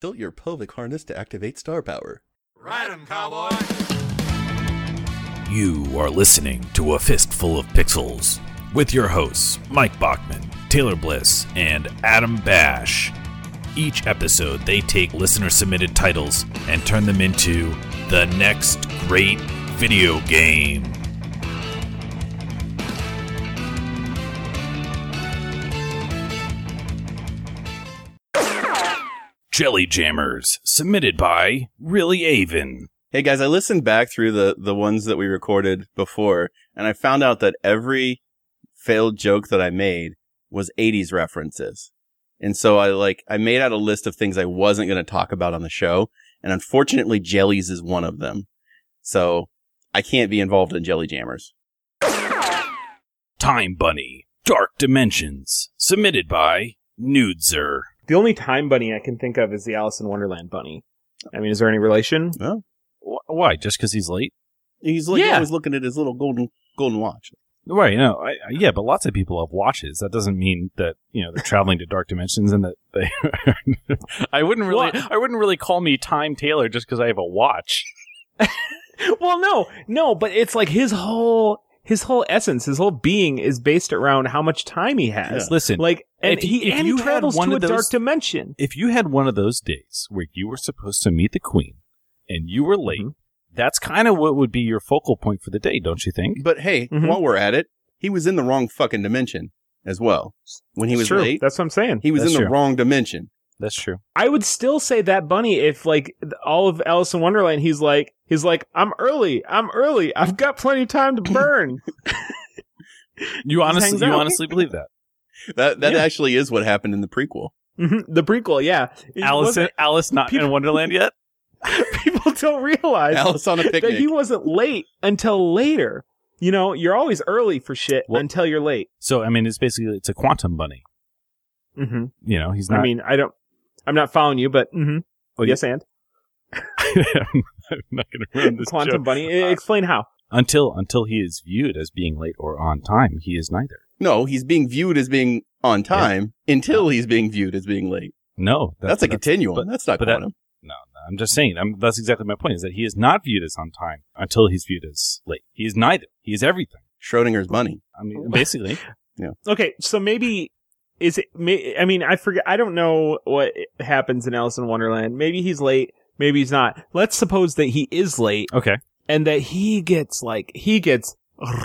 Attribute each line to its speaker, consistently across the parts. Speaker 1: Fill your pelvic harness to activate star power.
Speaker 2: Ride 'em, cowboy!
Speaker 3: You are listening to A Fistful of Pixels with your hosts, Mike Bachman, Taylor Bliss, and Adam Bash. Each episode, they take listener submitted titles and turn them into the next great video game. Jelly Jammers, submitted by Really Avon.
Speaker 1: Hey guys, I listened back through the the ones that we recorded before, and I found out that every failed joke that I made was 80s references. And so I like I made out a list of things I wasn't going to talk about on the show, and unfortunately jellies is one of them. So I can't be involved in jelly jammers.
Speaker 3: Time Bunny, Dark Dimensions, submitted by Nudezer.
Speaker 4: The only time bunny I can think of is the Alice in Wonderland bunny. I mean, is there any relation?
Speaker 3: Why? Just because he's late?
Speaker 1: He's like
Speaker 4: Yeah.
Speaker 1: always looking at his little golden golden watch.
Speaker 3: Right. No. I, I- yeah, but lots of people have watches. That doesn't mean that you know they're traveling to dark dimensions and that they. I wouldn't really. I wouldn't really call me Time Taylor just because I have a watch.
Speaker 4: well, no, no, but it's like his whole his whole essence, his whole being is based around how much time he has.
Speaker 3: Listen,
Speaker 4: Like, and
Speaker 3: If-
Speaker 4: he
Speaker 3: if
Speaker 4: and
Speaker 3: you
Speaker 4: he
Speaker 3: had
Speaker 4: travels
Speaker 3: one
Speaker 4: to a
Speaker 3: of those-
Speaker 4: dark dimension.
Speaker 3: if you had one of those days where you were supposed to meet the queen and you were
Speaker 4: Mhm.
Speaker 3: late, that's kind of what would be your focal point for the day, don't you think?
Speaker 1: But hey,
Speaker 4: Mhm.
Speaker 1: while we're at it, he was in the wrong fucking dimension as well. When he was
Speaker 4: True,
Speaker 1: late,
Speaker 4: That's what I'm saying.
Speaker 1: he was
Speaker 3: That's
Speaker 1: in the
Speaker 3: true.
Speaker 1: wrong dimension.
Speaker 3: That's true.
Speaker 4: I would still say that bunny if like th- all of Alice in Wonderland, he's like he's like I'm early, I'm early, I've got plenty of time to burn.
Speaker 3: You honestly,
Speaker 4: hangs
Speaker 3: you
Speaker 4: out.
Speaker 3: honestly believe that?
Speaker 1: That that
Speaker 4: Yeah.
Speaker 1: actually is what happened in the prequel.
Speaker 4: Mhm, the prequel, yeah. It
Speaker 3: Alice, in,
Speaker 4: wasn't-
Speaker 3: Alice, not in
Speaker 4: People-
Speaker 3: Wonderland yet.
Speaker 4: people don't realize
Speaker 1: Alice on a
Speaker 4: that
Speaker 1: picnic.
Speaker 4: he wasn't late until later. You know, you're always early for shit
Speaker 3: Well-
Speaker 4: until you're late.
Speaker 3: So I mean, it's basically it's a quantum bunny.
Speaker 4: Mm-hmm.
Speaker 3: You know, he's not.
Speaker 4: I mean, I don't. I'm not following you, but mhm.
Speaker 3: Well,
Speaker 4: yes, and
Speaker 3: I'm not going to ruin this
Speaker 4: quantum
Speaker 3: joke. Uh,
Speaker 4: bunny. e- Explain how.
Speaker 3: until until he is viewed as being late or on time. He is neither.
Speaker 1: no, he's being viewed as being on time until he's being viewed as being late.
Speaker 3: No,
Speaker 1: That's, a continuum.
Speaker 3: but-
Speaker 1: that's not
Speaker 3: but that-
Speaker 1: quantum.
Speaker 3: no, no, I'm just saying. I'm, that's exactly my point. Is that he is not viewed as on time until he's viewed as late. He is neither. He is everything.
Speaker 1: Schrodinger's bunny.
Speaker 3: I mean, basically,
Speaker 4: Okay, so maybe is it? May, I mean, I forget. I don't know what happens in Alice in Wonderland. Maybe he's late. Maybe he's not. Let's suppose that he is late
Speaker 3: okay.
Speaker 4: and that he gets like he gets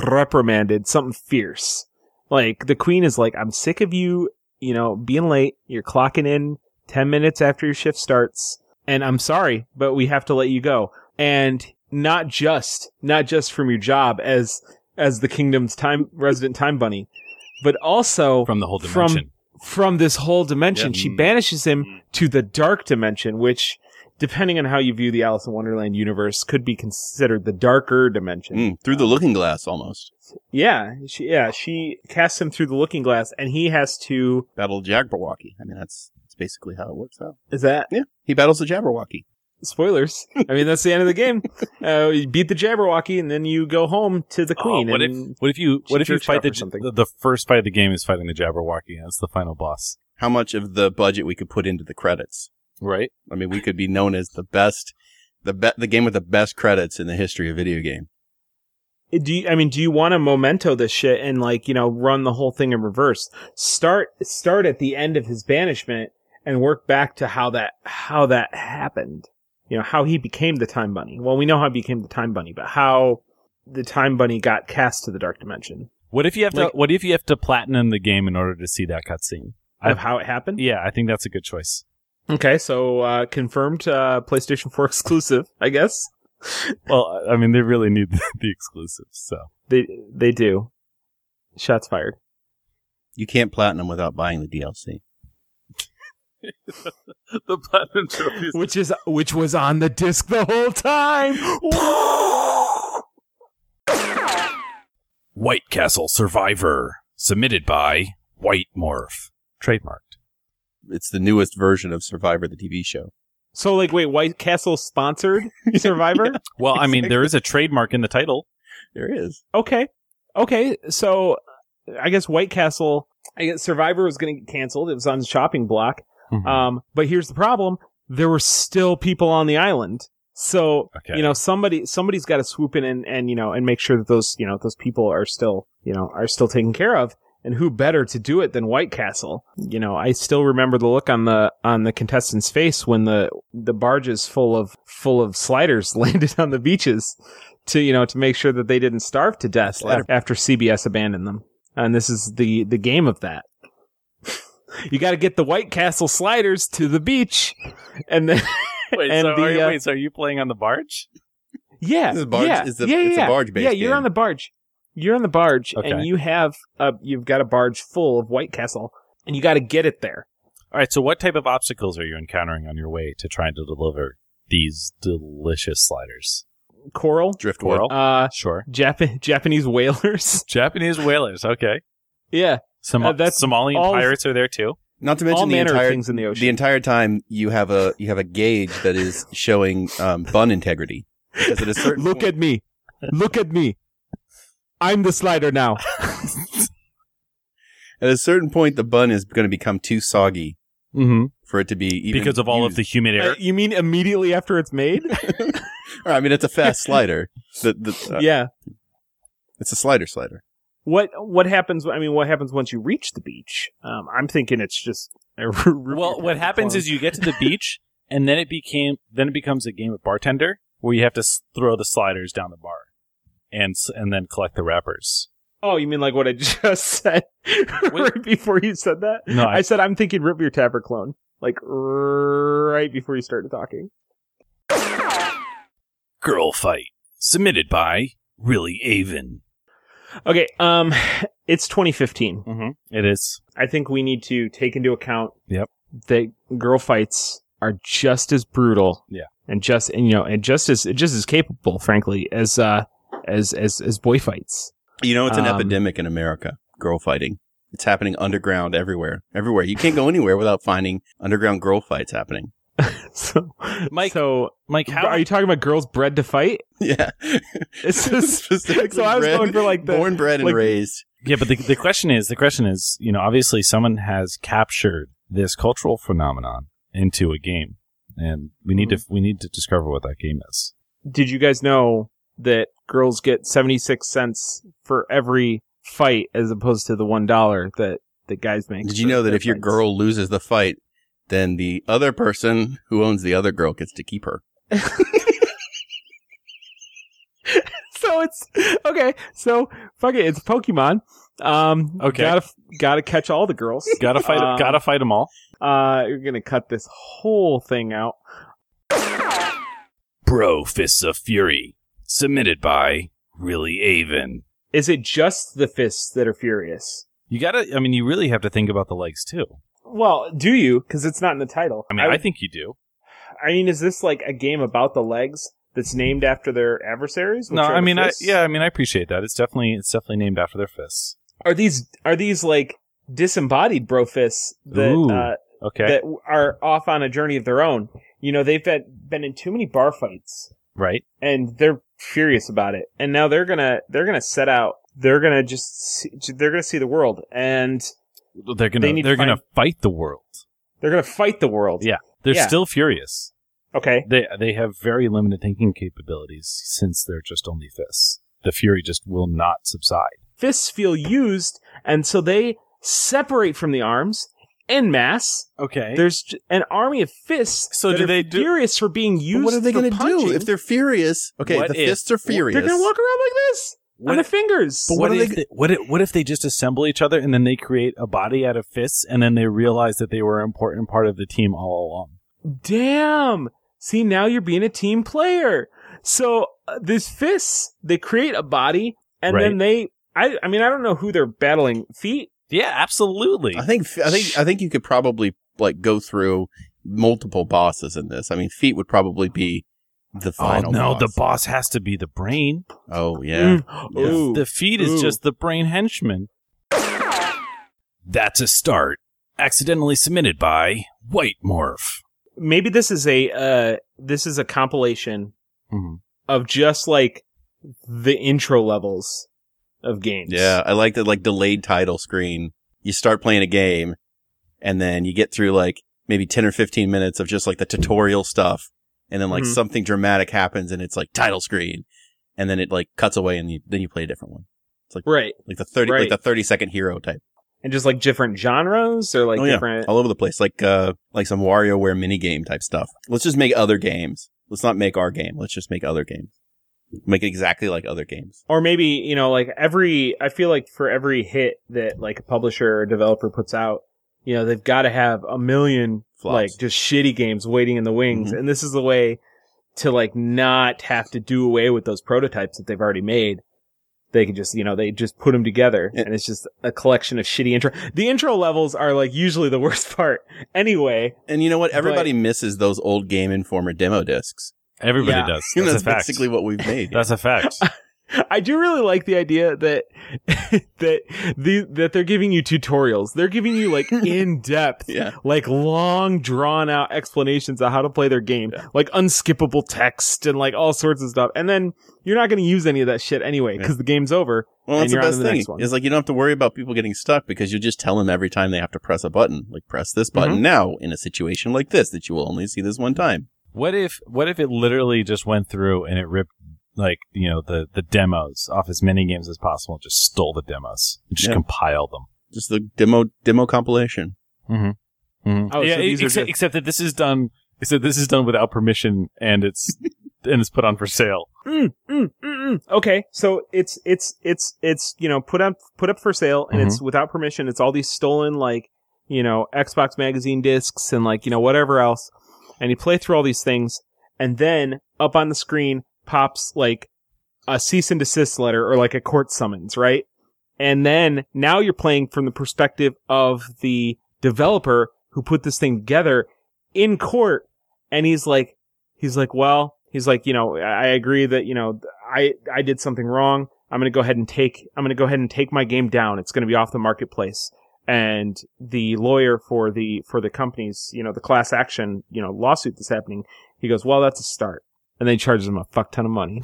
Speaker 4: reprimanded, something fierce. Like the queen is like, "I'm sick of you, you know, being late. You're clocking in ten minutes after your shift starts, and I'm sorry, but we have to let you go." And not just not just from your job as as the kingdom's time resident time bunny, but also
Speaker 3: From the whole
Speaker 4: From-
Speaker 3: dimension.
Speaker 4: from this whole dimension.
Speaker 3: Yeah.
Speaker 4: She
Speaker 3: Mm.
Speaker 4: banishes
Speaker 3: Mm.
Speaker 4: him to the dark dimension, which, depending on how you view the Alice in Wonderland universe, could be considered the darker dimension.
Speaker 1: Mm, through the looking glass almost.
Speaker 4: Yeah, she, yeah, she casts him through the looking glass, and he has to.
Speaker 1: Battle of Jabberwocky. I mean, that's, that's basically how it works out.
Speaker 4: Is that
Speaker 1: Yeah, he battles the Jabberwocky.
Speaker 4: spoilers? I mean, that's the end of the game. Uh, you beat the Jabberwocky, and then you go home to the
Speaker 3: Oh,
Speaker 4: queen.
Speaker 3: what if
Speaker 4: and
Speaker 3: what if you
Speaker 4: she
Speaker 3: what if you
Speaker 4: jerks
Speaker 3: fight
Speaker 4: off
Speaker 3: the,
Speaker 4: or something.
Speaker 3: the the first fight of the game is fighting the Jabberwocky? That's the final boss,
Speaker 1: How much of the budget we could put into the credits?
Speaker 3: right?
Speaker 1: I mean, we could be known as the best, the be- the game with the best credits in the history of video game.
Speaker 4: do you, I mean, do you want to memento this shit and like, you know, run the whole thing in reverse? Start start at the end of his banishment and work back to how that how that happened. You know, how he became the time bunny. Well, we know how he became the time bunny, but how the time bunny got cast to the dark dimension
Speaker 3: What if you have
Speaker 4: Like-
Speaker 3: to What if you have to platinum the game in order to see that cutscene?
Speaker 4: of
Speaker 3: I-
Speaker 4: how it happened.
Speaker 3: Yeah, I think that's a good choice.
Speaker 4: Okay, so uh confirmed uh PlayStation 4 exclusive, I guess.
Speaker 3: Well, I I mean, they really need the, the exclusives, so.
Speaker 4: They they do. Shots fired.
Speaker 1: You can't platinum without buying the DLC.
Speaker 3: the platinum trophies.
Speaker 4: Which is which was on the disc the whole time.
Speaker 3: White Castle Survivor, submitted by White Morph, trademarked.
Speaker 1: It's the newest version of Survivor, the TV show.
Speaker 4: So like, wait, White Castle sponsored Survivor?
Speaker 3: Well, I mean, there is a trademark in the title.
Speaker 1: There is.
Speaker 4: Okay, okay. So I guess White
Speaker 5: Mm-hmm.
Speaker 3: Uh,
Speaker 4: Castle, I guess Survivor was going to get canceled. It was on the shopping block. Um, but here's the problem: there were still people on the island. So
Speaker 5: Okay.
Speaker 4: you know somebody somebody's got to swoop in and, and you know and make sure that those you know those people are still you know are still taken care of and who better to do it than white castle you know i still remember the look on the on the contestant's face when the the barges full of full of sliders landed on the beaches to you know to make sure that they didn't starve to death
Speaker 1: Slider.
Speaker 4: af- after cbs abandoned them and this is the the game of that you got to get the white castle sliders to the beach and then
Speaker 3: Wait,
Speaker 4: And
Speaker 3: so
Speaker 4: the,
Speaker 3: are you,
Speaker 4: uh,
Speaker 3: wait, so are you playing on the barge?
Speaker 4: yeah,
Speaker 1: This is barge-
Speaker 4: yeah,
Speaker 1: it's a-
Speaker 4: yeah,
Speaker 1: it's a
Speaker 4: yeah.
Speaker 1: barge-based
Speaker 4: Yeah, you're
Speaker 1: game.
Speaker 4: on the barge. You're on the barge,
Speaker 3: Okay.
Speaker 4: and you have a you've got a barge full of White Castle, and you got to get it there.
Speaker 5: All right. So, what type of obstacles are you encountering on your way to trying to deliver these delicious sliders?
Speaker 4: Coral,
Speaker 1: Driftwood.
Speaker 5: Coral?
Speaker 4: uh,
Speaker 5: Sure.
Speaker 4: Jap- Japanese whalers.
Speaker 5: Japanese whalers. Okay.
Speaker 4: yeah,
Speaker 5: Some
Speaker 4: Uh, that's
Speaker 5: Somalian
Speaker 4: all-
Speaker 5: pirates are there too.
Speaker 1: Not to
Speaker 4: all
Speaker 1: mention the
Speaker 4: manner
Speaker 1: entire
Speaker 4: of things in the
Speaker 1: the
Speaker 4: ocean.
Speaker 1: entire time you have a you have a gauge that is showing um, bun integrity because at a certain
Speaker 4: Look
Speaker 1: point,
Speaker 4: at me, look at me. I'm the slider now.
Speaker 1: at a certain point the bun is going to become too soggy
Speaker 4: mm-hmm.
Speaker 1: for it to be even
Speaker 5: because of all of the
Speaker 1: used.
Speaker 5: humid air.
Speaker 4: you mean immediately after it's made?
Speaker 1: Or, I mean, it's a fast slider. The, the, uh,
Speaker 4: yeah.
Speaker 1: It's a slider slider.
Speaker 4: What what happens? I mean, what happens once you reach the beach? Um, I'm thinking it's just.
Speaker 3: Well, what happens is you get to the beach, and then it became then it becomes a game of bartender where you have to s- throw the sliders down the bar, and s- and then collect the wrappers.
Speaker 4: Oh, you mean like what I just said right before you said that?
Speaker 3: No,
Speaker 4: I,
Speaker 3: I,
Speaker 4: said I'm thinking Rip Your Tapper clone, like right before you started talking.
Speaker 5: Girl fight. Submitted by Really Avon.
Speaker 4: Okay, um, it's 2015.
Speaker 3: Mhm. It is
Speaker 4: I think we need to take into account
Speaker 5: Yep.
Speaker 4: that girl fights are just as brutal,
Speaker 3: Yeah.
Speaker 4: and just and you know and just as just as capable, frankly, as uh as as as boy fights.
Speaker 1: You know, it's an
Speaker 4: Um,
Speaker 1: epidemic in America. Girl fighting. It's happening underground everywhere. Everywhere. You can't go anywhere without finding underground girl fights happening.
Speaker 4: So,
Speaker 3: Mike,
Speaker 4: so
Speaker 3: Mike. How
Speaker 4: are you talking about girls bred to fight?
Speaker 1: Yeah.
Speaker 4: It's just
Speaker 1: Specifically
Speaker 4: so I was
Speaker 1: bred-
Speaker 4: going for like the
Speaker 1: born, bred, and
Speaker 4: like-
Speaker 1: raised.
Speaker 3: Yeah, but the, the question is the question is, you know, obviously someone has captured this cultural phenomenon into a game, and we need to we need to discover what that game is.
Speaker 4: did you guys know that girls get 76 cents for every fight as opposed to the one dollar that the guys make
Speaker 1: Did you
Speaker 4: for
Speaker 1: know that
Speaker 4: their
Speaker 1: if your
Speaker 4: fights?
Speaker 1: girl loses the fight, then the other person who owns the other girl gets to keep her?
Speaker 4: so it's okay so fuck it it's pokemon um
Speaker 3: Okay.
Speaker 4: gotta gotta catch all the girls
Speaker 3: Gotta fight,
Speaker 4: Um,
Speaker 3: gotta fight them all.
Speaker 4: uh you're gonna cut this whole thing out
Speaker 5: Bro Fists of Fury. Submitted by Really Avon.
Speaker 4: is it just the fists that are furious
Speaker 3: You gotta, I mean, you really have to think about the legs too.
Speaker 4: well do you because it's not in the title
Speaker 3: I mean, I,
Speaker 4: would-
Speaker 3: think you do.
Speaker 4: I mean is this like a game about the legs that's named after their adversaries
Speaker 3: No,
Speaker 4: which are
Speaker 3: I
Speaker 4: the
Speaker 3: mean, I,
Speaker 4: fists?
Speaker 3: yeah, I mean, I appreciate that. It's definitely, it's definitely named after their fists.
Speaker 4: are these are these like disembodied bro fists that
Speaker 3: Ooh,
Speaker 4: uh,
Speaker 3: Okay,
Speaker 4: that are off on a journey of their own? You know, they've been been in too many bar fights
Speaker 3: right.
Speaker 4: and they're furious about it, and now they're gonna they're gonna set out. They're gonna just see, they're gonna see the world, and
Speaker 3: They're gonna,
Speaker 4: They
Speaker 3: they
Speaker 4: need to
Speaker 3: are gonna fight the world.
Speaker 4: they're gonna fight the world.
Speaker 3: Yeah. They're
Speaker 4: Yeah.
Speaker 3: still furious.
Speaker 4: Okay.
Speaker 3: They, they have very limited thinking capabilities since they're just only fists. The fury just will not subside.
Speaker 4: Fists feel used, and so they separate from the arms en mass.
Speaker 3: Okay.
Speaker 4: There's j- an army of fists.
Speaker 3: So
Speaker 4: that
Speaker 3: do
Speaker 4: are
Speaker 3: they do-
Speaker 4: furious for being used?
Speaker 1: what are they
Speaker 4: going
Speaker 1: going
Speaker 4: to
Speaker 1: to do if they're furious? Okay,
Speaker 3: What
Speaker 1: the
Speaker 3: if-
Speaker 1: fists are furious.
Speaker 4: They're gonna walk around like this
Speaker 3: What-
Speaker 4: on their fingers.
Speaker 3: But
Speaker 1: What
Speaker 3: what,
Speaker 1: are
Speaker 3: if
Speaker 1: they-
Speaker 3: they, what if, what if they just assemble each other and then they create a body out of fists and then they realize that they were an important part of the team all along?
Speaker 4: Damn! See, now you're being a team player. So uh, these fists, they create a body, and
Speaker 3: Right.
Speaker 4: then they. I, I mean, I don't know who they're battling. Feet.
Speaker 3: Yeah, absolutely.
Speaker 1: I think I think I think you could probably like go through multiple bosses in this. I mean, feet would probably be the
Speaker 3: Oh
Speaker 1: final.
Speaker 3: no,
Speaker 1: boss.
Speaker 3: the boss has to be the brain.
Speaker 1: Oh yeah,
Speaker 4: Mm.
Speaker 1: Yeah.
Speaker 4: Ooh.
Speaker 3: The feet is
Speaker 4: Ooh.
Speaker 3: just the brain henchman.
Speaker 5: That's a start. Accidentally submitted by White Morph.
Speaker 4: Maybe this is a uh, this is a compilation
Speaker 3: Mm-hmm.
Speaker 4: of just like the intro levels of games.
Speaker 1: yeah. I like the like delayed title screen. You start playing a game, and then you get through like maybe 10 or 15 minutes of just like the tutorial stuff. And then like
Speaker 4: Mhm.
Speaker 1: something dramatic happens and it's like title screen. And then it like cuts away and you, then you play a different one.
Speaker 4: Right.
Speaker 1: Like the 30,
Speaker 4: Right.
Speaker 1: like the 30 second hero type.
Speaker 4: And just like different genres or like
Speaker 1: Oh, yeah.
Speaker 4: different.
Speaker 1: all over the place, like uh, like some WarioWare minigame type stuff. Let's just make other games. Let's not make our game. Let's just make other games. Make it exactly like other games.
Speaker 4: Or maybe, you know, like every, I feel like for every hit that like a publisher or developer puts out, you know, they've got to have a million
Speaker 1: Flops.
Speaker 4: like just shitty games waiting in the wings.
Speaker 1: Mhm.
Speaker 4: And this is the way to like not have to do away with those prototypes that they've already made. They can just, you know, they just put them together
Speaker 1: Yeah.
Speaker 4: and it's just a collection of shitty intro. The intro levels are like usually the worst part anyway.
Speaker 1: And you know what?
Speaker 4: But-
Speaker 1: Everybody misses those old Game Informer demo discs.
Speaker 3: Everybody
Speaker 4: Yeah.
Speaker 3: does.
Speaker 1: And
Speaker 3: That's,
Speaker 1: that's
Speaker 3: a fact.
Speaker 1: basically what we've made.
Speaker 3: That's a fact.
Speaker 4: I do really like the idea that that the that they're giving you tutorials. They're giving you like in depth,
Speaker 1: yeah.
Speaker 4: like long drawn out explanations of how to play their game,
Speaker 1: Yeah.
Speaker 4: like unskippable text and like all sorts of stuff. And then you're not going to use any of that shit anyway because the game's over.
Speaker 1: Well,
Speaker 4: And
Speaker 1: that's the
Speaker 4: you're on to
Speaker 1: best
Speaker 4: the
Speaker 1: thing.
Speaker 4: next one.
Speaker 1: Is like you don't have to worry about people getting stuck because you just tell them every time they have to press a button, like press this button
Speaker 4: Mm-hmm.
Speaker 1: now in a situation like this that you will only see this one time.
Speaker 3: What if what if it literally just went through and it ripped like you know the the demos off as many games as possible, and just stole the demos, and just
Speaker 1: Yeah.
Speaker 3: compiled them.
Speaker 1: Just the demo demo compilation.
Speaker 3: Mm-hmm.
Speaker 4: Oh, so
Speaker 3: yeah,
Speaker 4: these are
Speaker 3: except,
Speaker 4: just-
Speaker 3: except that this is done. Except this is done without permission, and it's and it's put on for sale.
Speaker 4: Mm, mm, mm, mm. Okay, so it's it's it's it's you know put up put up for sale and it's without permission. It's all these stolen like you know Xbox magazine discs and like you know whatever else, and you play through all these things, and then up on the screen pops like a cease and desist letter or like a court summons, right? And then now you're playing from the perspective of the developer who put this thing together in court, and he's like, he's like, well, he's like, you know, I I agree that you know I I did something wrong. I'm gonna go ahead and take I'm gonna go ahead and take my game down. It's gonna be off the marketplace. And the lawyer for the for the company's you know the class action you know lawsuit that's happening, he goes, well, that's a start. And they charges him a fuck ton of money.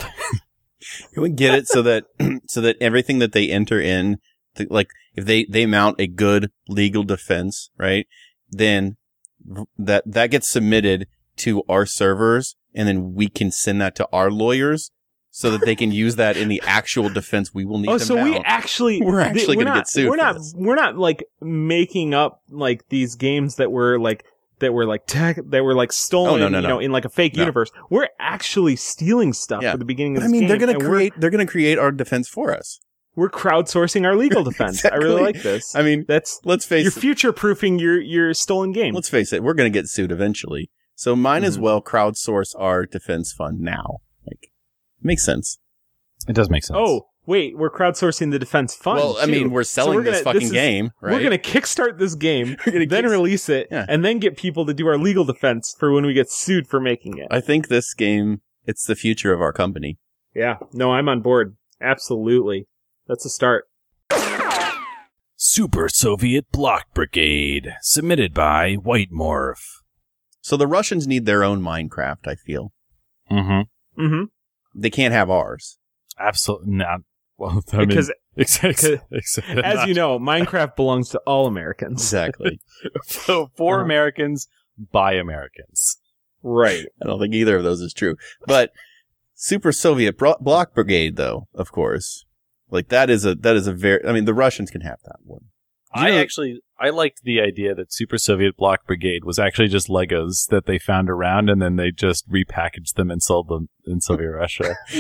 Speaker 1: Can we get it so that so that everything that they enter in, th- like if they they mount a good legal defense, right? Then v- that that gets submitted to our servers, and then we can send that to our lawyers so that they can use that in the actual defense we will need.
Speaker 4: oh,
Speaker 1: to
Speaker 4: so
Speaker 1: mount.
Speaker 4: we actually
Speaker 1: We're
Speaker 4: th-
Speaker 1: actually
Speaker 4: we're
Speaker 1: gonna
Speaker 4: not-
Speaker 1: get sued
Speaker 4: We're
Speaker 1: for
Speaker 4: not
Speaker 1: this.
Speaker 4: we're not like making up like these games that were like that were like tech that were like stolen.
Speaker 1: Oh, no, no,
Speaker 4: you
Speaker 1: no.
Speaker 4: know, in like a fake
Speaker 1: No.
Speaker 4: universe. We're actually stealing stuff
Speaker 1: Yeah.
Speaker 4: for the beginning of
Speaker 1: But I
Speaker 4: this
Speaker 1: mean, they're
Speaker 4: game,
Speaker 1: gonna
Speaker 4: and we're-
Speaker 1: create they're gonna create our defense for us.
Speaker 4: we're crowdsourcing our legal defense. I really
Speaker 1: Exactly.
Speaker 4: like this.
Speaker 1: I mean,
Speaker 4: That's
Speaker 1: let's
Speaker 4: you're
Speaker 1: face it,
Speaker 4: future proofing your your stolen game.
Speaker 1: let's face it, we're gonna get sued eventually. So might as
Speaker 4: Mhm.
Speaker 1: well crowdsource our defense fund now. Like, makes sense.
Speaker 3: It does make sense.
Speaker 4: oh wait, we're crowdsourcing the defense fund.
Speaker 1: Well, I
Speaker 4: too.
Speaker 1: mean, we're
Speaker 4: So
Speaker 1: selling
Speaker 4: gonna-
Speaker 1: this fucking
Speaker 4: is-
Speaker 1: game, right?
Speaker 4: We're gonna kickstart this game,
Speaker 1: We're gonna
Speaker 4: then
Speaker 1: kick-
Speaker 4: release it,
Speaker 1: Yeah.
Speaker 4: and then get people to do our legal defense for when we get sued for making it.
Speaker 1: I think this game it's the future of our company.
Speaker 4: Yeah, no, I'm on board. Absolutely, that's a start.
Speaker 5: Super Soviet Block Brigade, submitted by White Morph.
Speaker 1: So the Russians need their own Minecraft, I feel.
Speaker 3: mm-hmm.
Speaker 4: Mm-hmm.
Speaker 1: They can't have ours.
Speaker 3: absolutely not. Well, I mean,
Speaker 4: Because
Speaker 3: except,
Speaker 4: because-
Speaker 3: except
Speaker 4: as you know, Minecraft belongs to all Americans.
Speaker 1: Exactly.
Speaker 3: so for
Speaker 4: Uh-huh.
Speaker 3: Americans by Americans.
Speaker 4: Right.
Speaker 1: I don't think either of those is true. But Super Soviet bro- Block Brigade though, of course. Like that is a that is a very I mean the Russians can have that one.
Speaker 3: I
Speaker 1: know-
Speaker 3: actually I liked the idea that Super Soviet Block Brigade was actually just Legos that they found around and then they just repackaged them and sold them in Soviet Russia.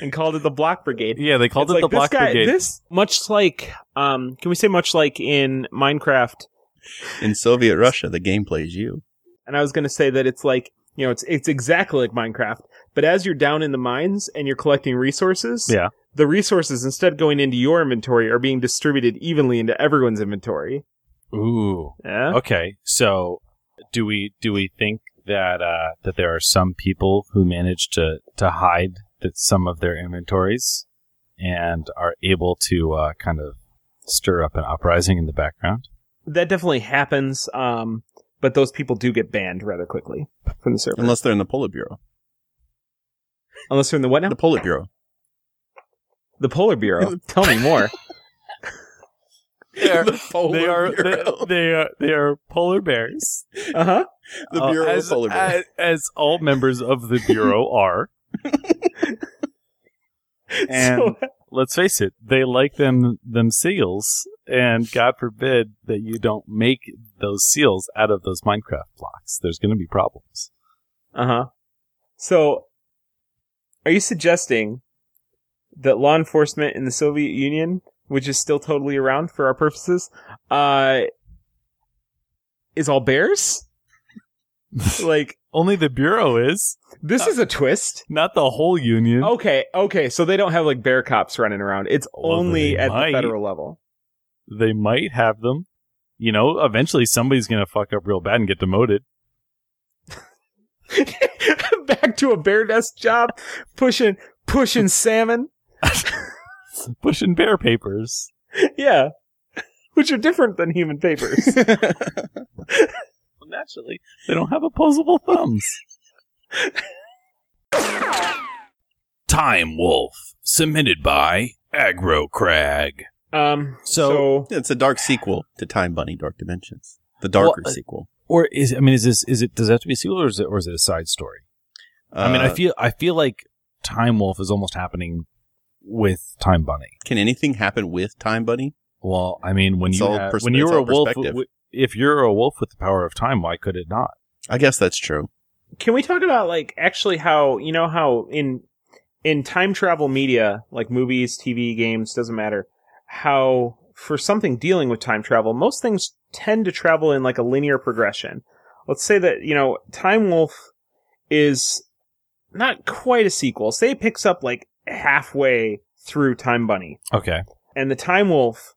Speaker 4: and called it the Block Brigade.
Speaker 3: Yeah, they called
Speaker 4: It's
Speaker 3: it the
Speaker 4: like
Speaker 3: Block
Speaker 4: this guy,
Speaker 3: Brigade.
Speaker 4: This much like, um, can we say much like in Minecraft?
Speaker 1: In Soviet Russia, the game plays you.
Speaker 4: And I was going to say that it's like, you know, it's it's exactly like Minecraft, but as you're down in the mines and you're collecting resources,
Speaker 3: Yeah.
Speaker 4: the resources instead of going into your inventory are being distributed evenly into everyone's inventory.
Speaker 3: Ooh.
Speaker 4: Yeah.
Speaker 3: Okay. So do we do we think that uh, that there are some people who manage to to hide that some of their inventories and are able to uh, kind of stir up an uprising in the background?
Speaker 4: That definitely happens. Um, but those people do get banned rather quickly from the server. Unless,
Speaker 1: Unless they're in the Politburo.
Speaker 4: they're in the what now?
Speaker 1: The Politburo.
Speaker 4: The Polar Bureau. Tell me more.
Speaker 1: They're polar
Speaker 3: they are they,
Speaker 1: Bureau.
Speaker 3: they are they are polar bears.
Speaker 4: Uh huh.
Speaker 1: the
Speaker 3: Uh,
Speaker 1: Bureau
Speaker 3: as,
Speaker 1: of Polar Bears.
Speaker 3: As, as all members of the bureau are. and
Speaker 4: so,
Speaker 3: let's face it, they like them them seals, and God forbid that you don't make those seals out of those Minecraft blocks. There's going to be problems.
Speaker 4: uh huh. So, are you suggesting that law enforcement in the Soviet Union, which is still totally around for our purposes, uh, is all bears? like
Speaker 3: Only the bureau is,
Speaker 4: this is a twist.
Speaker 3: not the whole union.
Speaker 1: Oh.
Speaker 4: Okay, okay. So they don't have like bear cops running around. It's
Speaker 3: Uh. Well,
Speaker 4: only
Speaker 3: they
Speaker 4: at
Speaker 3: might.
Speaker 4: the federal level.
Speaker 3: They might have them. You know, eventually somebody's going to fuck up real bad and get demoted.
Speaker 4: Back to a bear desk job, pushing pushing salmon.
Speaker 3: Pushing bear papers.
Speaker 4: Yeah. Which are different than human papers.
Speaker 3: Well, naturally, they don't have opposable thumbs.
Speaker 5: Time Wolf, submitted by Agro Crag.
Speaker 4: um
Speaker 3: So-
Speaker 4: so,
Speaker 1: it's a dark sequel to Time Bunny Dark Dimensions. The darker
Speaker 3: Well, uh,
Speaker 1: sequel.
Speaker 3: Or is I mean, is this is it? Does it have to be a sequel, or is it or is it a side story? I mean, I
Speaker 1: Uh,
Speaker 3: feel I feel like Time Wolf is almost happening with Time Bunny.
Speaker 1: can anything happen with Time Bunny?
Speaker 3: Well, I mean, when
Speaker 1: It's
Speaker 3: you
Speaker 1: all
Speaker 3: have-
Speaker 1: pers-
Speaker 3: when you
Speaker 1: it's
Speaker 3: were a
Speaker 1: all
Speaker 3: wolf,
Speaker 1: perspective.
Speaker 3: w- if you're a wolf with the power of time, why could it not?
Speaker 1: I guess that's true.
Speaker 4: can we talk about like actually how you know how in in time travel media, like movies, TV, games, doesn't matter, how for something dealing with time travel, most things tend to travel in like a linear progression. Let's say that, you know, Time Wolf is not quite a sequel. Say it picks up like halfway through Time Bunny.
Speaker 3: Okay,
Speaker 4: and the time wolf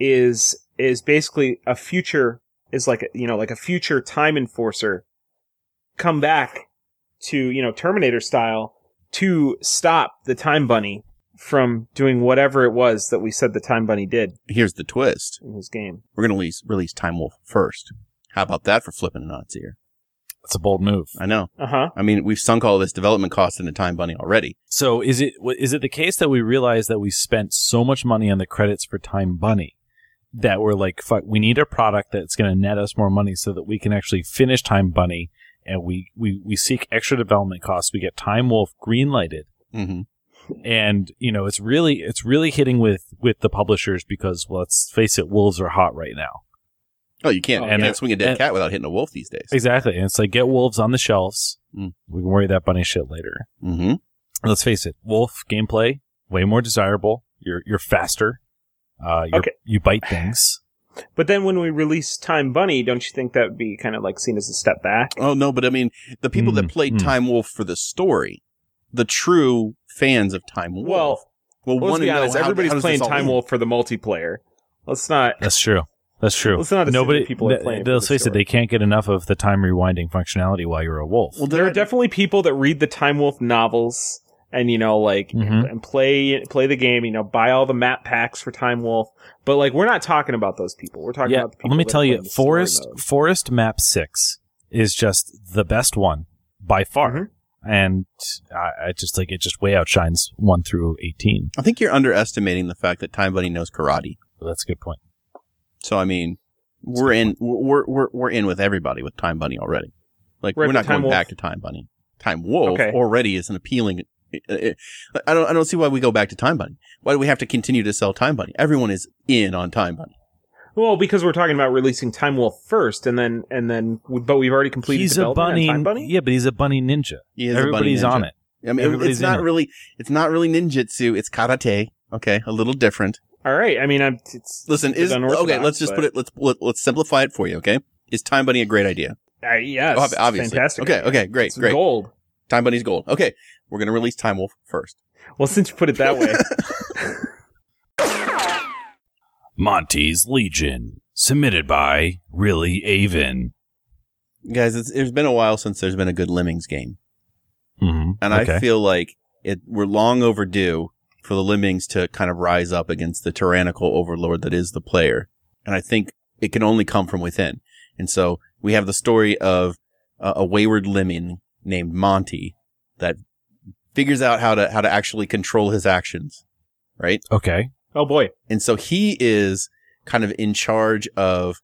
Speaker 4: is is basically a future is like a, you know like a future time enforcer come back to you know terminator style to stop the time bunny from doing whatever it was that we said the time bunny did
Speaker 1: Here's the twist.
Speaker 4: in his game
Speaker 1: We're going to release, release Time Wolf first. How about that for flipping a nod's ear?
Speaker 3: that's a bold move.
Speaker 1: I know.
Speaker 4: uh-huh
Speaker 1: I mean, we've sunk all this development cost into Time Bunny already.
Speaker 3: So is it wa- is it the case that we realize that we spent so much money on the credits for Time Bunny that we're like, fuck, we need a product that's going to net us more money so that we can actually finish Time Bunny, and we we we seek extra development costs. We get Time Wolf green lighted.
Speaker 1: hmm
Speaker 3: and you know it's really it's really hitting with with the publishers because well, let's face it wolves are hot right now
Speaker 1: Oh, you can't,
Speaker 3: Oh,
Speaker 1: you
Speaker 3: and
Speaker 1: can't
Speaker 3: it-
Speaker 1: swing a dead
Speaker 3: and-
Speaker 1: cat without hitting a wolf these days.
Speaker 3: exactly and it's like get wolves on the shelves
Speaker 1: Mm.
Speaker 3: we can worry that bunny shit later
Speaker 1: Mm-hmm.
Speaker 3: let's face it wolf gameplay way more desirable you're you're faster uh you're,
Speaker 4: Okay.
Speaker 3: you bite things
Speaker 4: but then when we release time bunny don't you think that would be kind of like seen as a step back
Speaker 1: Oh, no, but I mean, the people that
Speaker 3: Mm,
Speaker 1: played
Speaker 3: mm.
Speaker 1: Time Wolf for the story, the true fans of Time Wolf,
Speaker 4: well
Speaker 1: well
Speaker 4: let's
Speaker 1: wanna
Speaker 4: be
Speaker 1: know
Speaker 4: honest
Speaker 1: how- how
Speaker 4: everybody's
Speaker 1: does this
Speaker 4: playing
Speaker 1: all
Speaker 4: time
Speaker 1: end?
Speaker 4: wolf for the multiplayer let's not
Speaker 3: that's true that's true
Speaker 4: Let's not assume
Speaker 3: nobody
Speaker 4: that people are
Speaker 3: th-
Speaker 4: playing for
Speaker 3: let's
Speaker 4: the
Speaker 3: face it
Speaker 4: story.
Speaker 3: they can't get enough of the time rewinding functionality while you're a wolf
Speaker 1: Well,
Speaker 4: there are
Speaker 1: they're
Speaker 4: definitely people that read the Time Wolf novels and you know like
Speaker 3: Mhm.
Speaker 4: and play play the game, you know, buy all the map packs for Time Wolf. But like we're not talking about those people. We're talking
Speaker 3: yeah,
Speaker 4: about the people
Speaker 3: let me
Speaker 4: that
Speaker 3: tell
Speaker 4: play
Speaker 3: you,
Speaker 4: the story
Speaker 3: Forest
Speaker 4: mode.
Speaker 3: Forest Map Six is just the best one by far,
Speaker 4: Mhm.
Speaker 3: and I, I just like it just way outshines one through eighteen.
Speaker 1: I think you're underestimating the fact that Time Bunny knows karate.
Speaker 3: So that's a good point.
Speaker 1: So I mean, we're in we're we're we're in with everybody with Time Bunny already. Like
Speaker 4: Right,
Speaker 1: we're
Speaker 4: but
Speaker 1: not
Speaker 4: Time
Speaker 1: going
Speaker 4: Wolf-
Speaker 1: back to Time Bunny. Time Wolf
Speaker 4: Okay.
Speaker 1: already is an appealing. I I don't I don't see why we go back to Time Bunny. Why do we have to continue to sell Time Bunny? Everyone is in on Time Bunny.
Speaker 4: Well, because we're talking about releasing Time Wolf first and then and then we, but we've already completed
Speaker 3: he's a
Speaker 4: development on
Speaker 3: bunny,
Speaker 4: Time Bunny?
Speaker 3: yeah, but he's a bunny ninja.
Speaker 1: He is a bunny
Speaker 3: Everybody's
Speaker 1: ninja.
Speaker 3: on it.
Speaker 1: I mean,
Speaker 3: Everybody's
Speaker 1: it's not
Speaker 3: in it.
Speaker 1: really it's not really ninjutsu. It's karate. Okay, a little different.
Speaker 4: All right. I mean, I'm it's
Speaker 1: Listen,
Speaker 4: it's
Speaker 1: is okay. Let's just put it. Let's let, let's simplify it for you. Okay, is Time Bunny a great idea?
Speaker 4: Uh, yes.
Speaker 1: Ob- obviously.
Speaker 4: Fantastic.
Speaker 1: Okay. Okay. Great.
Speaker 4: It's
Speaker 1: great.
Speaker 4: gold.
Speaker 1: Time Bunny's gold. Okay, we're gonna release Time Wolf first.
Speaker 4: Well, since you put it that way.
Speaker 5: Monty's Legion, submitted by Really Avon.
Speaker 1: Guys, it's, it's been a while since there's been a good Lemmings game,
Speaker 3: Mm-hmm.
Speaker 1: and I feel like it we're long overdue for the Lemmings to kind of rise up against the tyrannical overlord that is the player, and I think it can only come from within. And so we have the story of uh, a wayward lemming named Monty that figures out how to how to actually control his actions, right?
Speaker 3: okay.
Speaker 4: oh boy.
Speaker 1: And so he is kind of in charge of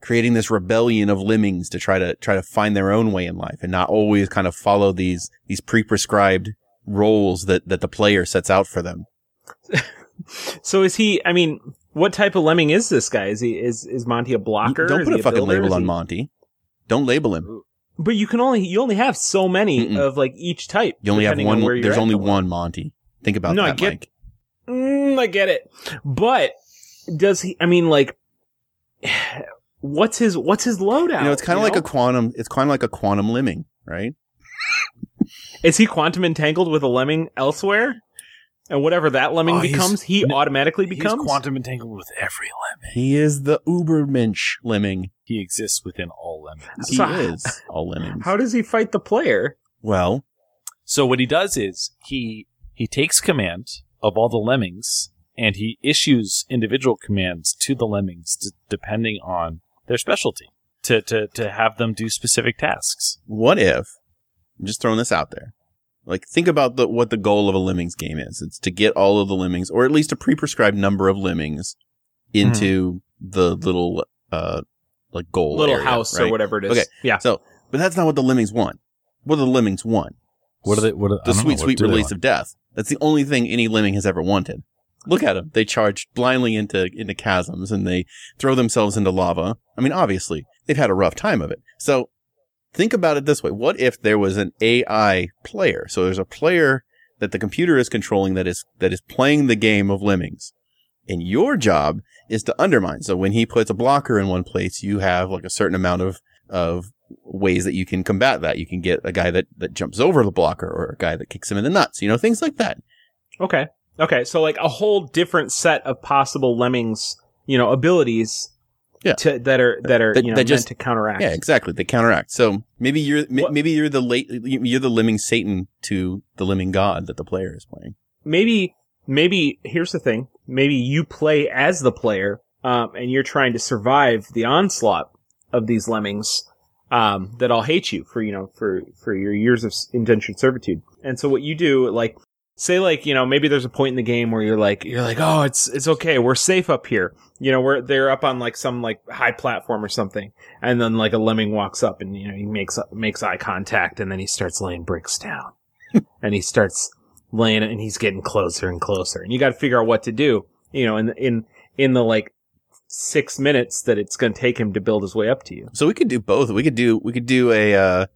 Speaker 1: creating this rebellion of lemmings to try to try to find their own way in life and not always kind of follow these these pre-prescribed roles that that the player sets out for them.
Speaker 4: So is he? I mean, what type of lemming is this guy? Is he is is Monty a blocker?
Speaker 1: Don't
Speaker 4: Is
Speaker 1: put
Speaker 4: he
Speaker 1: a fucking
Speaker 4: builder? Is
Speaker 1: label on
Speaker 4: he-
Speaker 1: Monty. Don't label him.
Speaker 4: But you can only you only have so many
Speaker 1: Mm-mm.
Speaker 4: of like each type.
Speaker 1: You only have
Speaker 4: depending on
Speaker 1: one.
Speaker 4: where you're
Speaker 1: There's
Speaker 4: at
Speaker 1: only
Speaker 4: in the
Speaker 1: one Monty. Think about
Speaker 4: No, I
Speaker 1: that,
Speaker 4: get-
Speaker 1: Mike.
Speaker 4: Mm, I get it. But does he? I mean, like, what's his what's his loadout?
Speaker 1: You know, it's kind of like a quantum. It's kind of like a quantum lemming, right?
Speaker 4: a. Is he quantum entangled with a lemming elsewhere? And whatever that lemming
Speaker 3: Oh, he's-
Speaker 4: becomes, he
Speaker 3: no,
Speaker 4: automatically becomes.
Speaker 3: He's quantum entangled with every lemon.
Speaker 1: He is the Ubermensch lemming.
Speaker 3: He exists within all lemons.
Speaker 1: He
Speaker 4: So-
Speaker 1: is all lemmings.
Speaker 4: How does he fight the player?
Speaker 1: well,
Speaker 3: So what he does is he he takes command of all the lemmings and he issues individual commands to the lemmings d- depending on their specialty to, to to have them do specific tasks.
Speaker 1: what if? I'm just throwing this out there. Like, think about the, what the goal of a lemmings game is. It's to get all of the lemmings, or at least a pre-prescribed number of lemmings, into the little uh, like goal
Speaker 4: Mm-hmm. Little
Speaker 1: area,
Speaker 4: house
Speaker 1: right?
Speaker 4: or whatever it is.
Speaker 1: Okay.
Speaker 4: Yeah.
Speaker 1: But that's not what the lemmings want. What do the lemmings want?
Speaker 3: What are they? What are,
Speaker 1: the sweet, sweet release of death. That's the only thing any lemming has ever wanted. Look at them. They charge blindly into, into chasms and they throw themselves into lava. I mean, obviously, they've had a rough time of it. So think about it this way. What if there was an AI player? So there's a player that the computer is controlling that is, that is playing the game of lemmings. And your job is to undermine. So when he puts a blocker in one place, you have like a certain amount of, of ways that you can combat that. You can get a guy that, that jumps over the blocker or a guy that kicks him in the nuts, you know, things like that.
Speaker 4: Okay. Okay. So like a whole different set of possible lemmings, you know, abilities.
Speaker 1: Yeah.
Speaker 4: To, that are that are
Speaker 1: That-
Speaker 4: you know
Speaker 1: that just-
Speaker 4: meant to counteract.
Speaker 1: Yeah, exactly. They counteract. So maybe you're, m-
Speaker 4: What-
Speaker 1: maybe you're the late, you're the lemming Satan to the lemming God that the player is playing.
Speaker 4: maybe maybe here's the thing maybe you play as the player um, and you're trying to survive the onslaught of these lemmings um, that all hate you for you know for for your years of s- indentured servitude and so what you do like say like you know maybe there's a point in the game where you're like you're like oh it's it's okay we're safe up here you know we're they're up on like some like high platform or something and then like a lemming walks up and you know he makes makes eye contact and then he starts laying bricks down and he starts laying and he's getting closer and closer and you got to figure out what to do you know in in in the like six minutes that it's going to take him to build his way up to you
Speaker 1: So we could do both. We could do, we could do a, uh,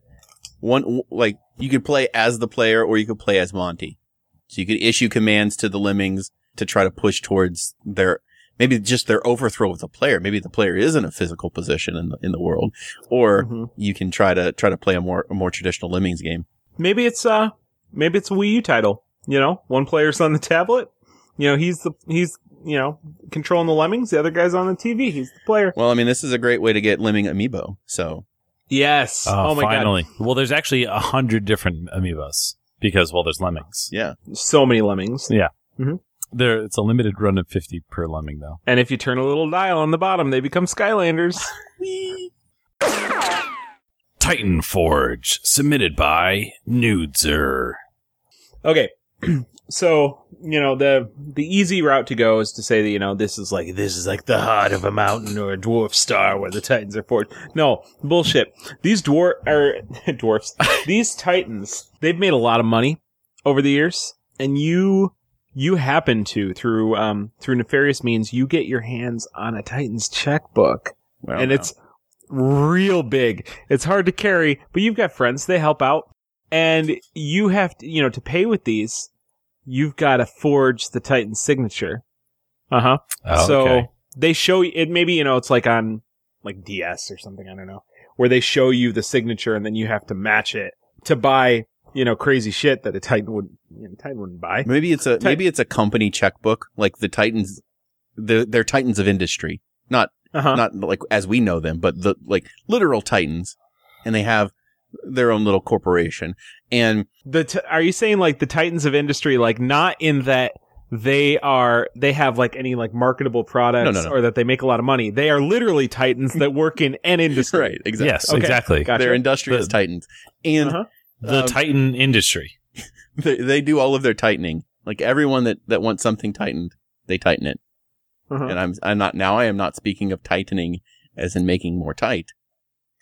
Speaker 1: one, like you could play as the player or you could play as Monty. So you could issue commands to the lemmings to try to push towards their, maybe just their overthrow of the player. Maybe the player is in a physical position in the, in the world or,
Speaker 3: Mm-hmm.
Speaker 4: Mhm.
Speaker 1: you can try to try to play a more a more traditional lemmings game.
Speaker 4: maybe it's uh maybe it's a wii u title you know one player's on the tablet you know he's the he's you know controlling the lemmings the other guy's on the tv he's the player
Speaker 1: Well, I mean, this is a great way to get lemming amiibo. So
Speaker 4: yes
Speaker 3: Oh,
Speaker 4: oh my
Speaker 3: finally. Well, there's actually a hundred different amiibos because well, there's lemmings.
Speaker 4: god so many lemmings
Speaker 3: There, it's a limited run of fifty per lemming though.
Speaker 4: and if you turn a little dial on the bottom they become skylanders
Speaker 5: Titan Forge, submitted by Nudeser.
Speaker 4: Okay. so, you know, the the easy route to go is to say that, you know, this is like this is like the heart of a mountain or a dwarf star where the titans are forged. No, bullshit. These dwarf are dwarfs. These titans, they've made a lot of money over the years and you you happen to through um through nefarious means you get your hands on a titan's checkbook
Speaker 1: well,
Speaker 4: and it's real big. It's hard to carry, but you've got friends, they help out. And you have to, you know, to pay with these, you've got to forge the Titan signature. Uh huh.
Speaker 3: Oh,
Speaker 4: so
Speaker 3: okay.
Speaker 4: they show you, it maybe, you know, it's like on like DS or something, I don't know, where they show you the signature and then you have to match it to buy, you know, crazy shit that a Titan would, you know, Titan wouldn't buy.
Speaker 1: uh, maybe it's a
Speaker 4: Ti-
Speaker 1: maybe it's a company checkbook like the Titans, the they're Titans of industry,
Speaker 4: Uh
Speaker 3: Uh-huh.
Speaker 4: huh.
Speaker 1: not like as we know them, but the like literal Titans, and they have their own little corporation. And
Speaker 4: The t- are you saying like the titans of industry, like not in that they are they have like any like marketable products
Speaker 1: No, no, no.
Speaker 4: or that they make a lot of money? They are literally titans that work in an industry.
Speaker 1: right, exactly,
Speaker 3: Yes,
Speaker 4: Okay.
Speaker 3: exactly.
Speaker 4: Gotcha.
Speaker 1: they're industrious
Speaker 3: The-
Speaker 1: Titans, and
Speaker 4: Uh-huh.
Speaker 3: The
Speaker 1: um,
Speaker 3: Titan industry.
Speaker 1: they, they do all of their tightening. Like everyone that that wants something tightened, they tighten it.
Speaker 4: Uh-huh.
Speaker 1: and I'm I'm not now I am not speaking of tightening as in making more tight.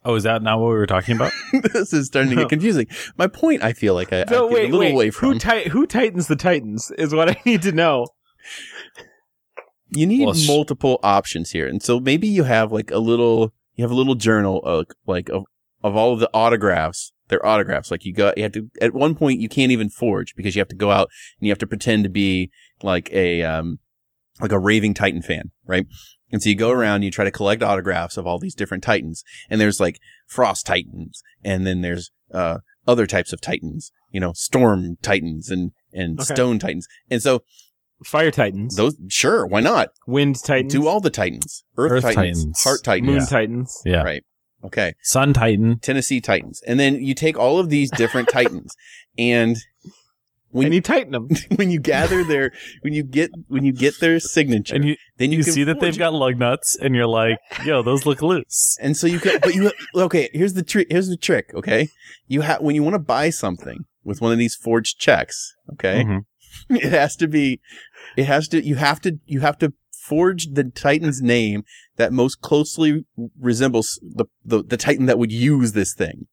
Speaker 3: Oh, is that not what we were talking about?
Speaker 1: this is starting to
Speaker 4: No.
Speaker 1: get confusing. My point, I feel like I, I
Speaker 4: So
Speaker 1: get uh, a
Speaker 4: wait,
Speaker 1: little
Speaker 4: wait.
Speaker 1: away from.
Speaker 4: Who, ti- who tightens the Titans is what I need to know.
Speaker 1: you need
Speaker 3: Well, sh-
Speaker 1: multiple options here, and so maybe you have like a little you have a little journal of like of, of all of the autographs. They're autographs. Like you got you have to at one point you can't even forge because you have to go out and you have to pretend to be like a um like a raving Titan fan, right? And so you go around and you try to collect autographs of all these different Titans, and there's like Frost Titans, and then there's uh other types of Titans, you know, Storm Titans and and
Speaker 4: Okay.
Speaker 1: Stone Titans, and so
Speaker 4: Fire Titans,
Speaker 1: those sure why not?
Speaker 4: Wind Titans,
Speaker 1: Do all the Titans. Earth,
Speaker 3: Earth
Speaker 1: Titans,
Speaker 3: Titans.
Speaker 1: Heart Titans.
Speaker 4: Moon Titans.
Speaker 3: Yeah.
Speaker 1: Right. Okay.
Speaker 3: Sun Titan.
Speaker 1: Tennessee Titans. And then you take all of these different Titans and when
Speaker 4: and
Speaker 1: you
Speaker 4: you tighten them.
Speaker 1: when you gather their when you get when you get their signature
Speaker 3: And you,
Speaker 1: then
Speaker 3: you,
Speaker 1: you, can
Speaker 3: see that they've
Speaker 1: forge-
Speaker 3: got lug nuts, and you're like, yo, those look loose.
Speaker 1: and so you can but you okay here's the trick here's the trick okay you have when you want to buy something with one of these forged checks okay
Speaker 3: Mhm.
Speaker 1: it has to be it has to you have to you have to forge the titan's name that most closely resembles the the, the titan that would use this thing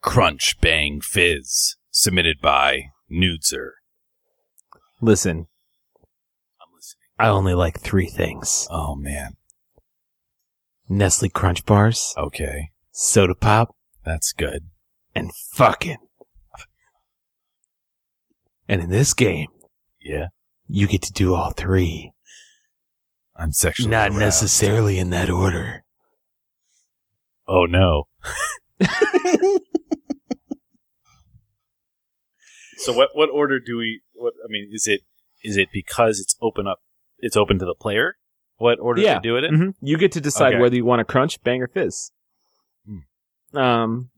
Speaker 5: Crunch Bang Fizz, submitted by Nudzer.
Speaker 4: Listen,
Speaker 5: I'm listening.
Speaker 4: I only like three things:
Speaker 5: Oh man.
Speaker 4: Nestle Crunch Bars,
Speaker 5: Okay,
Speaker 4: soda pop,
Speaker 5: that's good.
Speaker 4: and fucking. And in this game,
Speaker 5: Yeah,
Speaker 4: you get to do all three,
Speaker 5: I'm sexually
Speaker 4: not
Speaker 5: aroused.
Speaker 4: necessarily in that order.
Speaker 3: Oh, no. So what what order do we? What I mean is it is it because it's open up? It's open to the player. What order
Speaker 4: Yeah.
Speaker 3: they do it in?
Speaker 4: Mhm. You get to decide
Speaker 3: Okay.
Speaker 4: whether you want to crunch, bang, or fizz. Um,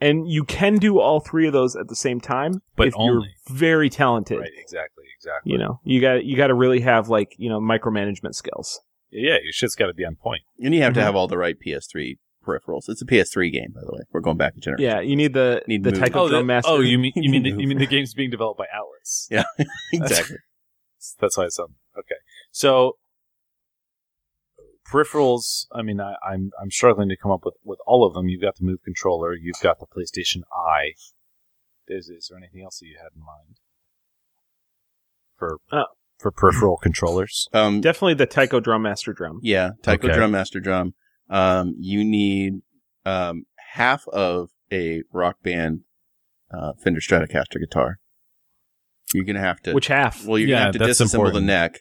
Speaker 4: and you can do all three of those at the same time,
Speaker 3: But
Speaker 4: if
Speaker 3: only
Speaker 4: you're very talented.
Speaker 3: right, exactly, exactly.
Speaker 4: You know, you got you got to really have like you know micromanagement skills.
Speaker 3: Yeah, your shit's got to be on point.
Speaker 1: and you have to
Speaker 4: Mhm.
Speaker 1: have all the right ps3 peripherals it's a ps3 game by the way we're going back to generation
Speaker 4: Yeah, you need the
Speaker 1: Need
Speaker 4: the
Speaker 1: moves.
Speaker 4: type
Speaker 3: Oh,
Speaker 4: of drum
Speaker 3: that-
Speaker 4: master.
Speaker 3: oh, you mean you mean the,
Speaker 1: Move.
Speaker 3: you mean the game's being developed by Atlas?
Speaker 1: exactly
Speaker 3: That's why it's on. Okay, so peripherals. I mean, I, I'm I'm struggling to come up with with all of them. You've got the Move controller. You've got the PlayStation Eye. Is, is there anything else that you had in mind for
Speaker 4: Uh.
Speaker 3: for peripheral controllers?
Speaker 1: um
Speaker 4: definitely the Taiko drum master drum.
Speaker 1: yeah taiko
Speaker 3: Okay.
Speaker 1: drum master drum um you need um half of a rock band uh fender stratocaster guitar you're gonna have to
Speaker 4: Which half?
Speaker 1: Well, you're
Speaker 3: Yeah,
Speaker 1: gonna have
Speaker 3: that's
Speaker 1: to disassemble the
Speaker 3: important.
Speaker 1: neck,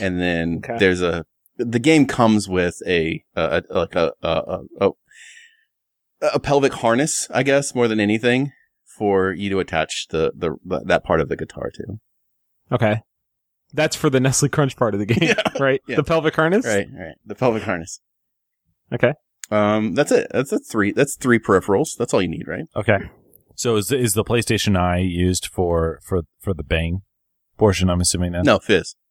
Speaker 1: and then
Speaker 4: Okay.
Speaker 1: there's a the game comes with a, a, a like a a, a a a pelvic harness, I guess, more than anything, for you to attach the the that part of the guitar to.
Speaker 4: Okay, that's for the Nestle Crunch part of the game, right?
Speaker 1: yeah.
Speaker 4: The pelvic harness.
Speaker 1: Right, right. The pelvic harness.
Speaker 4: Okay.
Speaker 1: Um, that's it. That's a three. That's three peripherals. That's all you need, right?
Speaker 3: Okay, so is the, is the PlayStation Eye used for for for the bang portion? I'm assuming that.
Speaker 1: No fizz.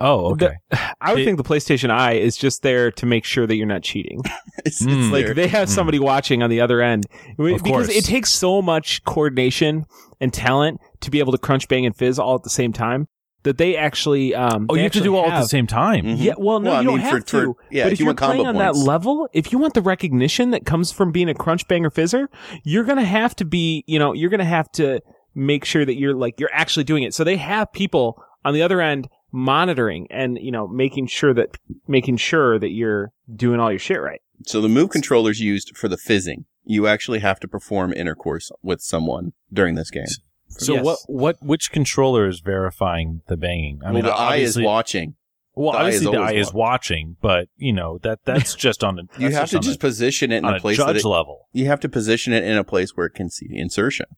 Speaker 3: Oh, okay.
Speaker 4: I would
Speaker 3: It-
Speaker 4: think the PlayStation Eye is just there to make sure that you're not cheating.
Speaker 1: It's,
Speaker 3: Mm.
Speaker 1: it's
Speaker 4: like
Speaker 1: there.
Speaker 4: they have
Speaker 3: Mm.
Speaker 4: somebody watching on the other end We-
Speaker 3: Of
Speaker 4: because
Speaker 3: course.
Speaker 4: it takes so much coordination and talent to be able to crunch, bang, and fizz all at the same time that they actually. Um,
Speaker 3: oh,
Speaker 4: they
Speaker 3: you have to
Speaker 4: actually
Speaker 3: do all at the same time.
Speaker 1: Mhm.
Speaker 4: Yeah, well, no,
Speaker 1: Well,
Speaker 4: you don't have
Speaker 1: for,
Speaker 4: to.
Speaker 1: for yeah, if,
Speaker 4: but if,
Speaker 1: you
Speaker 4: are
Speaker 1: want combo
Speaker 4: playing on
Speaker 1: points,
Speaker 4: that level, if you want the recognition that comes from being a crunch banger fizzer, you're gonna have to be, you know, you're gonna have to make sure that you're like you're actually doing it. So they have people on the other end monitoring and you know making sure that making sure that you're doing all your shit right.
Speaker 1: So the move controller's used for the fizzing. You actually have to perform intercourse with someone during this game.
Speaker 3: So
Speaker 4: Yes.
Speaker 3: what what which controller is verifying the banging? I
Speaker 1: well, the eye is
Speaker 3: obviously-
Speaker 1: watching.
Speaker 3: Well,
Speaker 1: The eye
Speaker 3: obviously
Speaker 1: is
Speaker 3: the
Speaker 1: always
Speaker 3: eye is watching, but you know that that's just on a
Speaker 1: You
Speaker 3: that's
Speaker 1: have to
Speaker 3: on
Speaker 1: just
Speaker 3: a,
Speaker 1: position it in
Speaker 3: on
Speaker 1: a
Speaker 3: a
Speaker 1: place that
Speaker 3: judge
Speaker 1: it,
Speaker 3: level.
Speaker 1: you have to position it in a place where it can see insertion.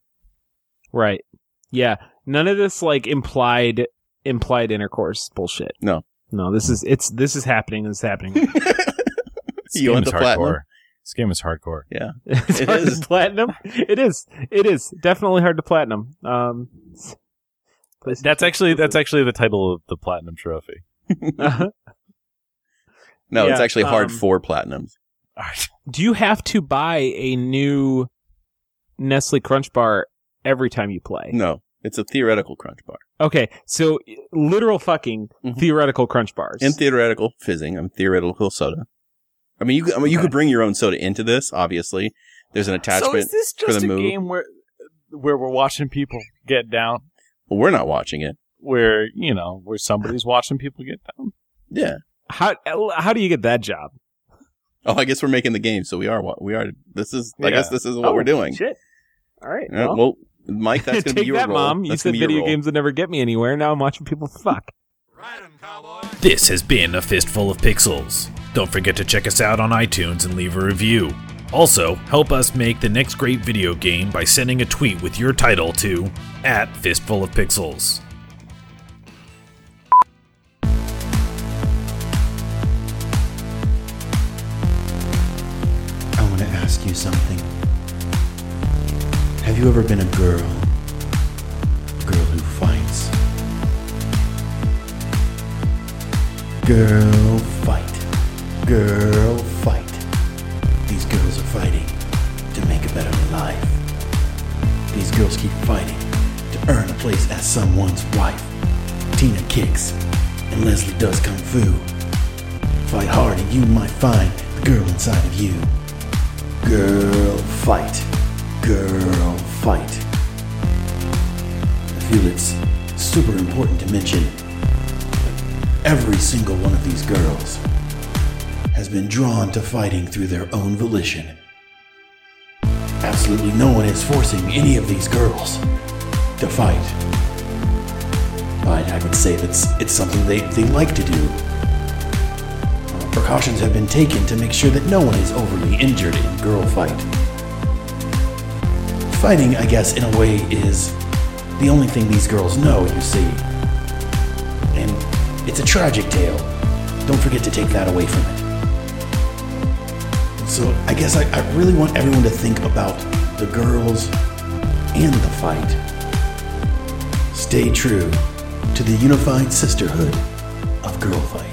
Speaker 4: Right. Yeah. None of this like implied implied intercourse bullshit.
Speaker 1: No.
Speaker 4: No, this is it's this is happening, this is happening.
Speaker 3: This
Speaker 1: You
Speaker 3: game
Speaker 1: want
Speaker 3: is
Speaker 1: the platinum?
Speaker 3: hardcore. This game is hardcore.
Speaker 4: it's
Speaker 1: It
Speaker 4: hard
Speaker 1: is.
Speaker 4: to platinum. It is. It is definitely hard to platinum. Um,
Speaker 3: That's actually that's actually the title of the platinum trophy.
Speaker 4: Uh,
Speaker 1: No, it's
Speaker 4: Yeah,
Speaker 1: actually hard
Speaker 4: um,
Speaker 1: for platinums.
Speaker 4: do you have to buy a new Nestle Crunch Bar every time you play?
Speaker 1: No, it's a theoretical crunch bar.
Speaker 4: Okay, so literal fucking
Speaker 1: Mhm.
Speaker 4: theoretical crunch bars.
Speaker 1: and theoretical fizzing. I'm theoretical soda. I mean, you could- I mean, you could bring your own soda into this. Obviously, there's an
Speaker 3: So
Speaker 1: attachment.
Speaker 3: is this
Speaker 1: for
Speaker 3: just
Speaker 1: the
Speaker 3: a
Speaker 1: move.
Speaker 3: game where where we're watching people get down?
Speaker 1: well, we're not watching it.
Speaker 3: Where you know where somebody's watching people get down?
Speaker 1: Yeah.
Speaker 4: how how do you get that job?
Speaker 1: Oh, I guess we're making the game, so we are. wa- We are. This is. I
Speaker 3: Yeah.
Speaker 1: guess this is what
Speaker 4: Oh,
Speaker 1: we're doing.
Speaker 4: Shit. All right.
Speaker 1: Yeah,
Speaker 4: well,
Speaker 1: well, Mike, that's gonna
Speaker 4: take
Speaker 1: be your
Speaker 4: that,
Speaker 1: role.
Speaker 4: mom. You
Speaker 1: That's
Speaker 4: said
Speaker 1: gonna be your
Speaker 4: video
Speaker 1: role.
Speaker 4: games would never get me anywhere. Now I'm watching people fuck.
Speaker 5: This has been A Fistful of Pixels. Don't forget to check us out on iTunes and leave a review. Also, help us make the next great video game by sending a tweet with your title to at Fistful of Pixels.
Speaker 6: I want to ask you something. Have you ever been a girl? A girl who fights. Girl fight. Girl fight. These girls are fighting to make a better life. These girls keep fighting to earn a place as someone's wife. Tina kicks, and Leslie does kung fu. Fight hard, and you might find the girl inside of you. Girl fight. Girl fight. I feel it's super important to mention that every single one of these girls has been drawn to fighting through their own volition. Absolutely no one is forcing any of these girls to fight. But I would say that's it's something they, they like to do. Precautions have been taken to make sure that no one is overly injured in girl fight. Fighting, I guess, in a way, is the only thing these girls know, you see. And it's a tragic tale. Don't forget to take that away from it. And so I guess I, I really want everyone to think about the girls and the fight. Stay true to the unified sisterhood of girl fight.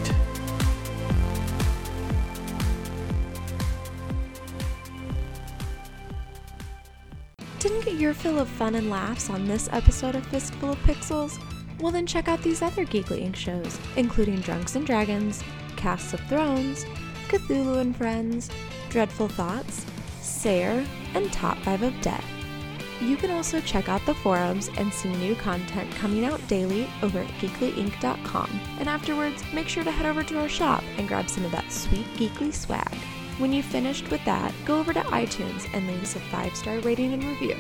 Speaker 7: Didn't get your fill of fun and laughs on this episode of Fistful of Pixels? Well, then check out these other Geekly Inc. shows, including Drunks and Dragons, Casts of Thrones, Cthulhu and Friends, Dreadful Thoughts, Sayer, and Top 5 of Death. You can also check out the forums and see new content coming out daily over at geeklyinc.com. And afterwards, make sure to head over to our shop and grab some of that sweet geekly swag. When you've finished with that, go over to iTunes and leave us a five star rating and review.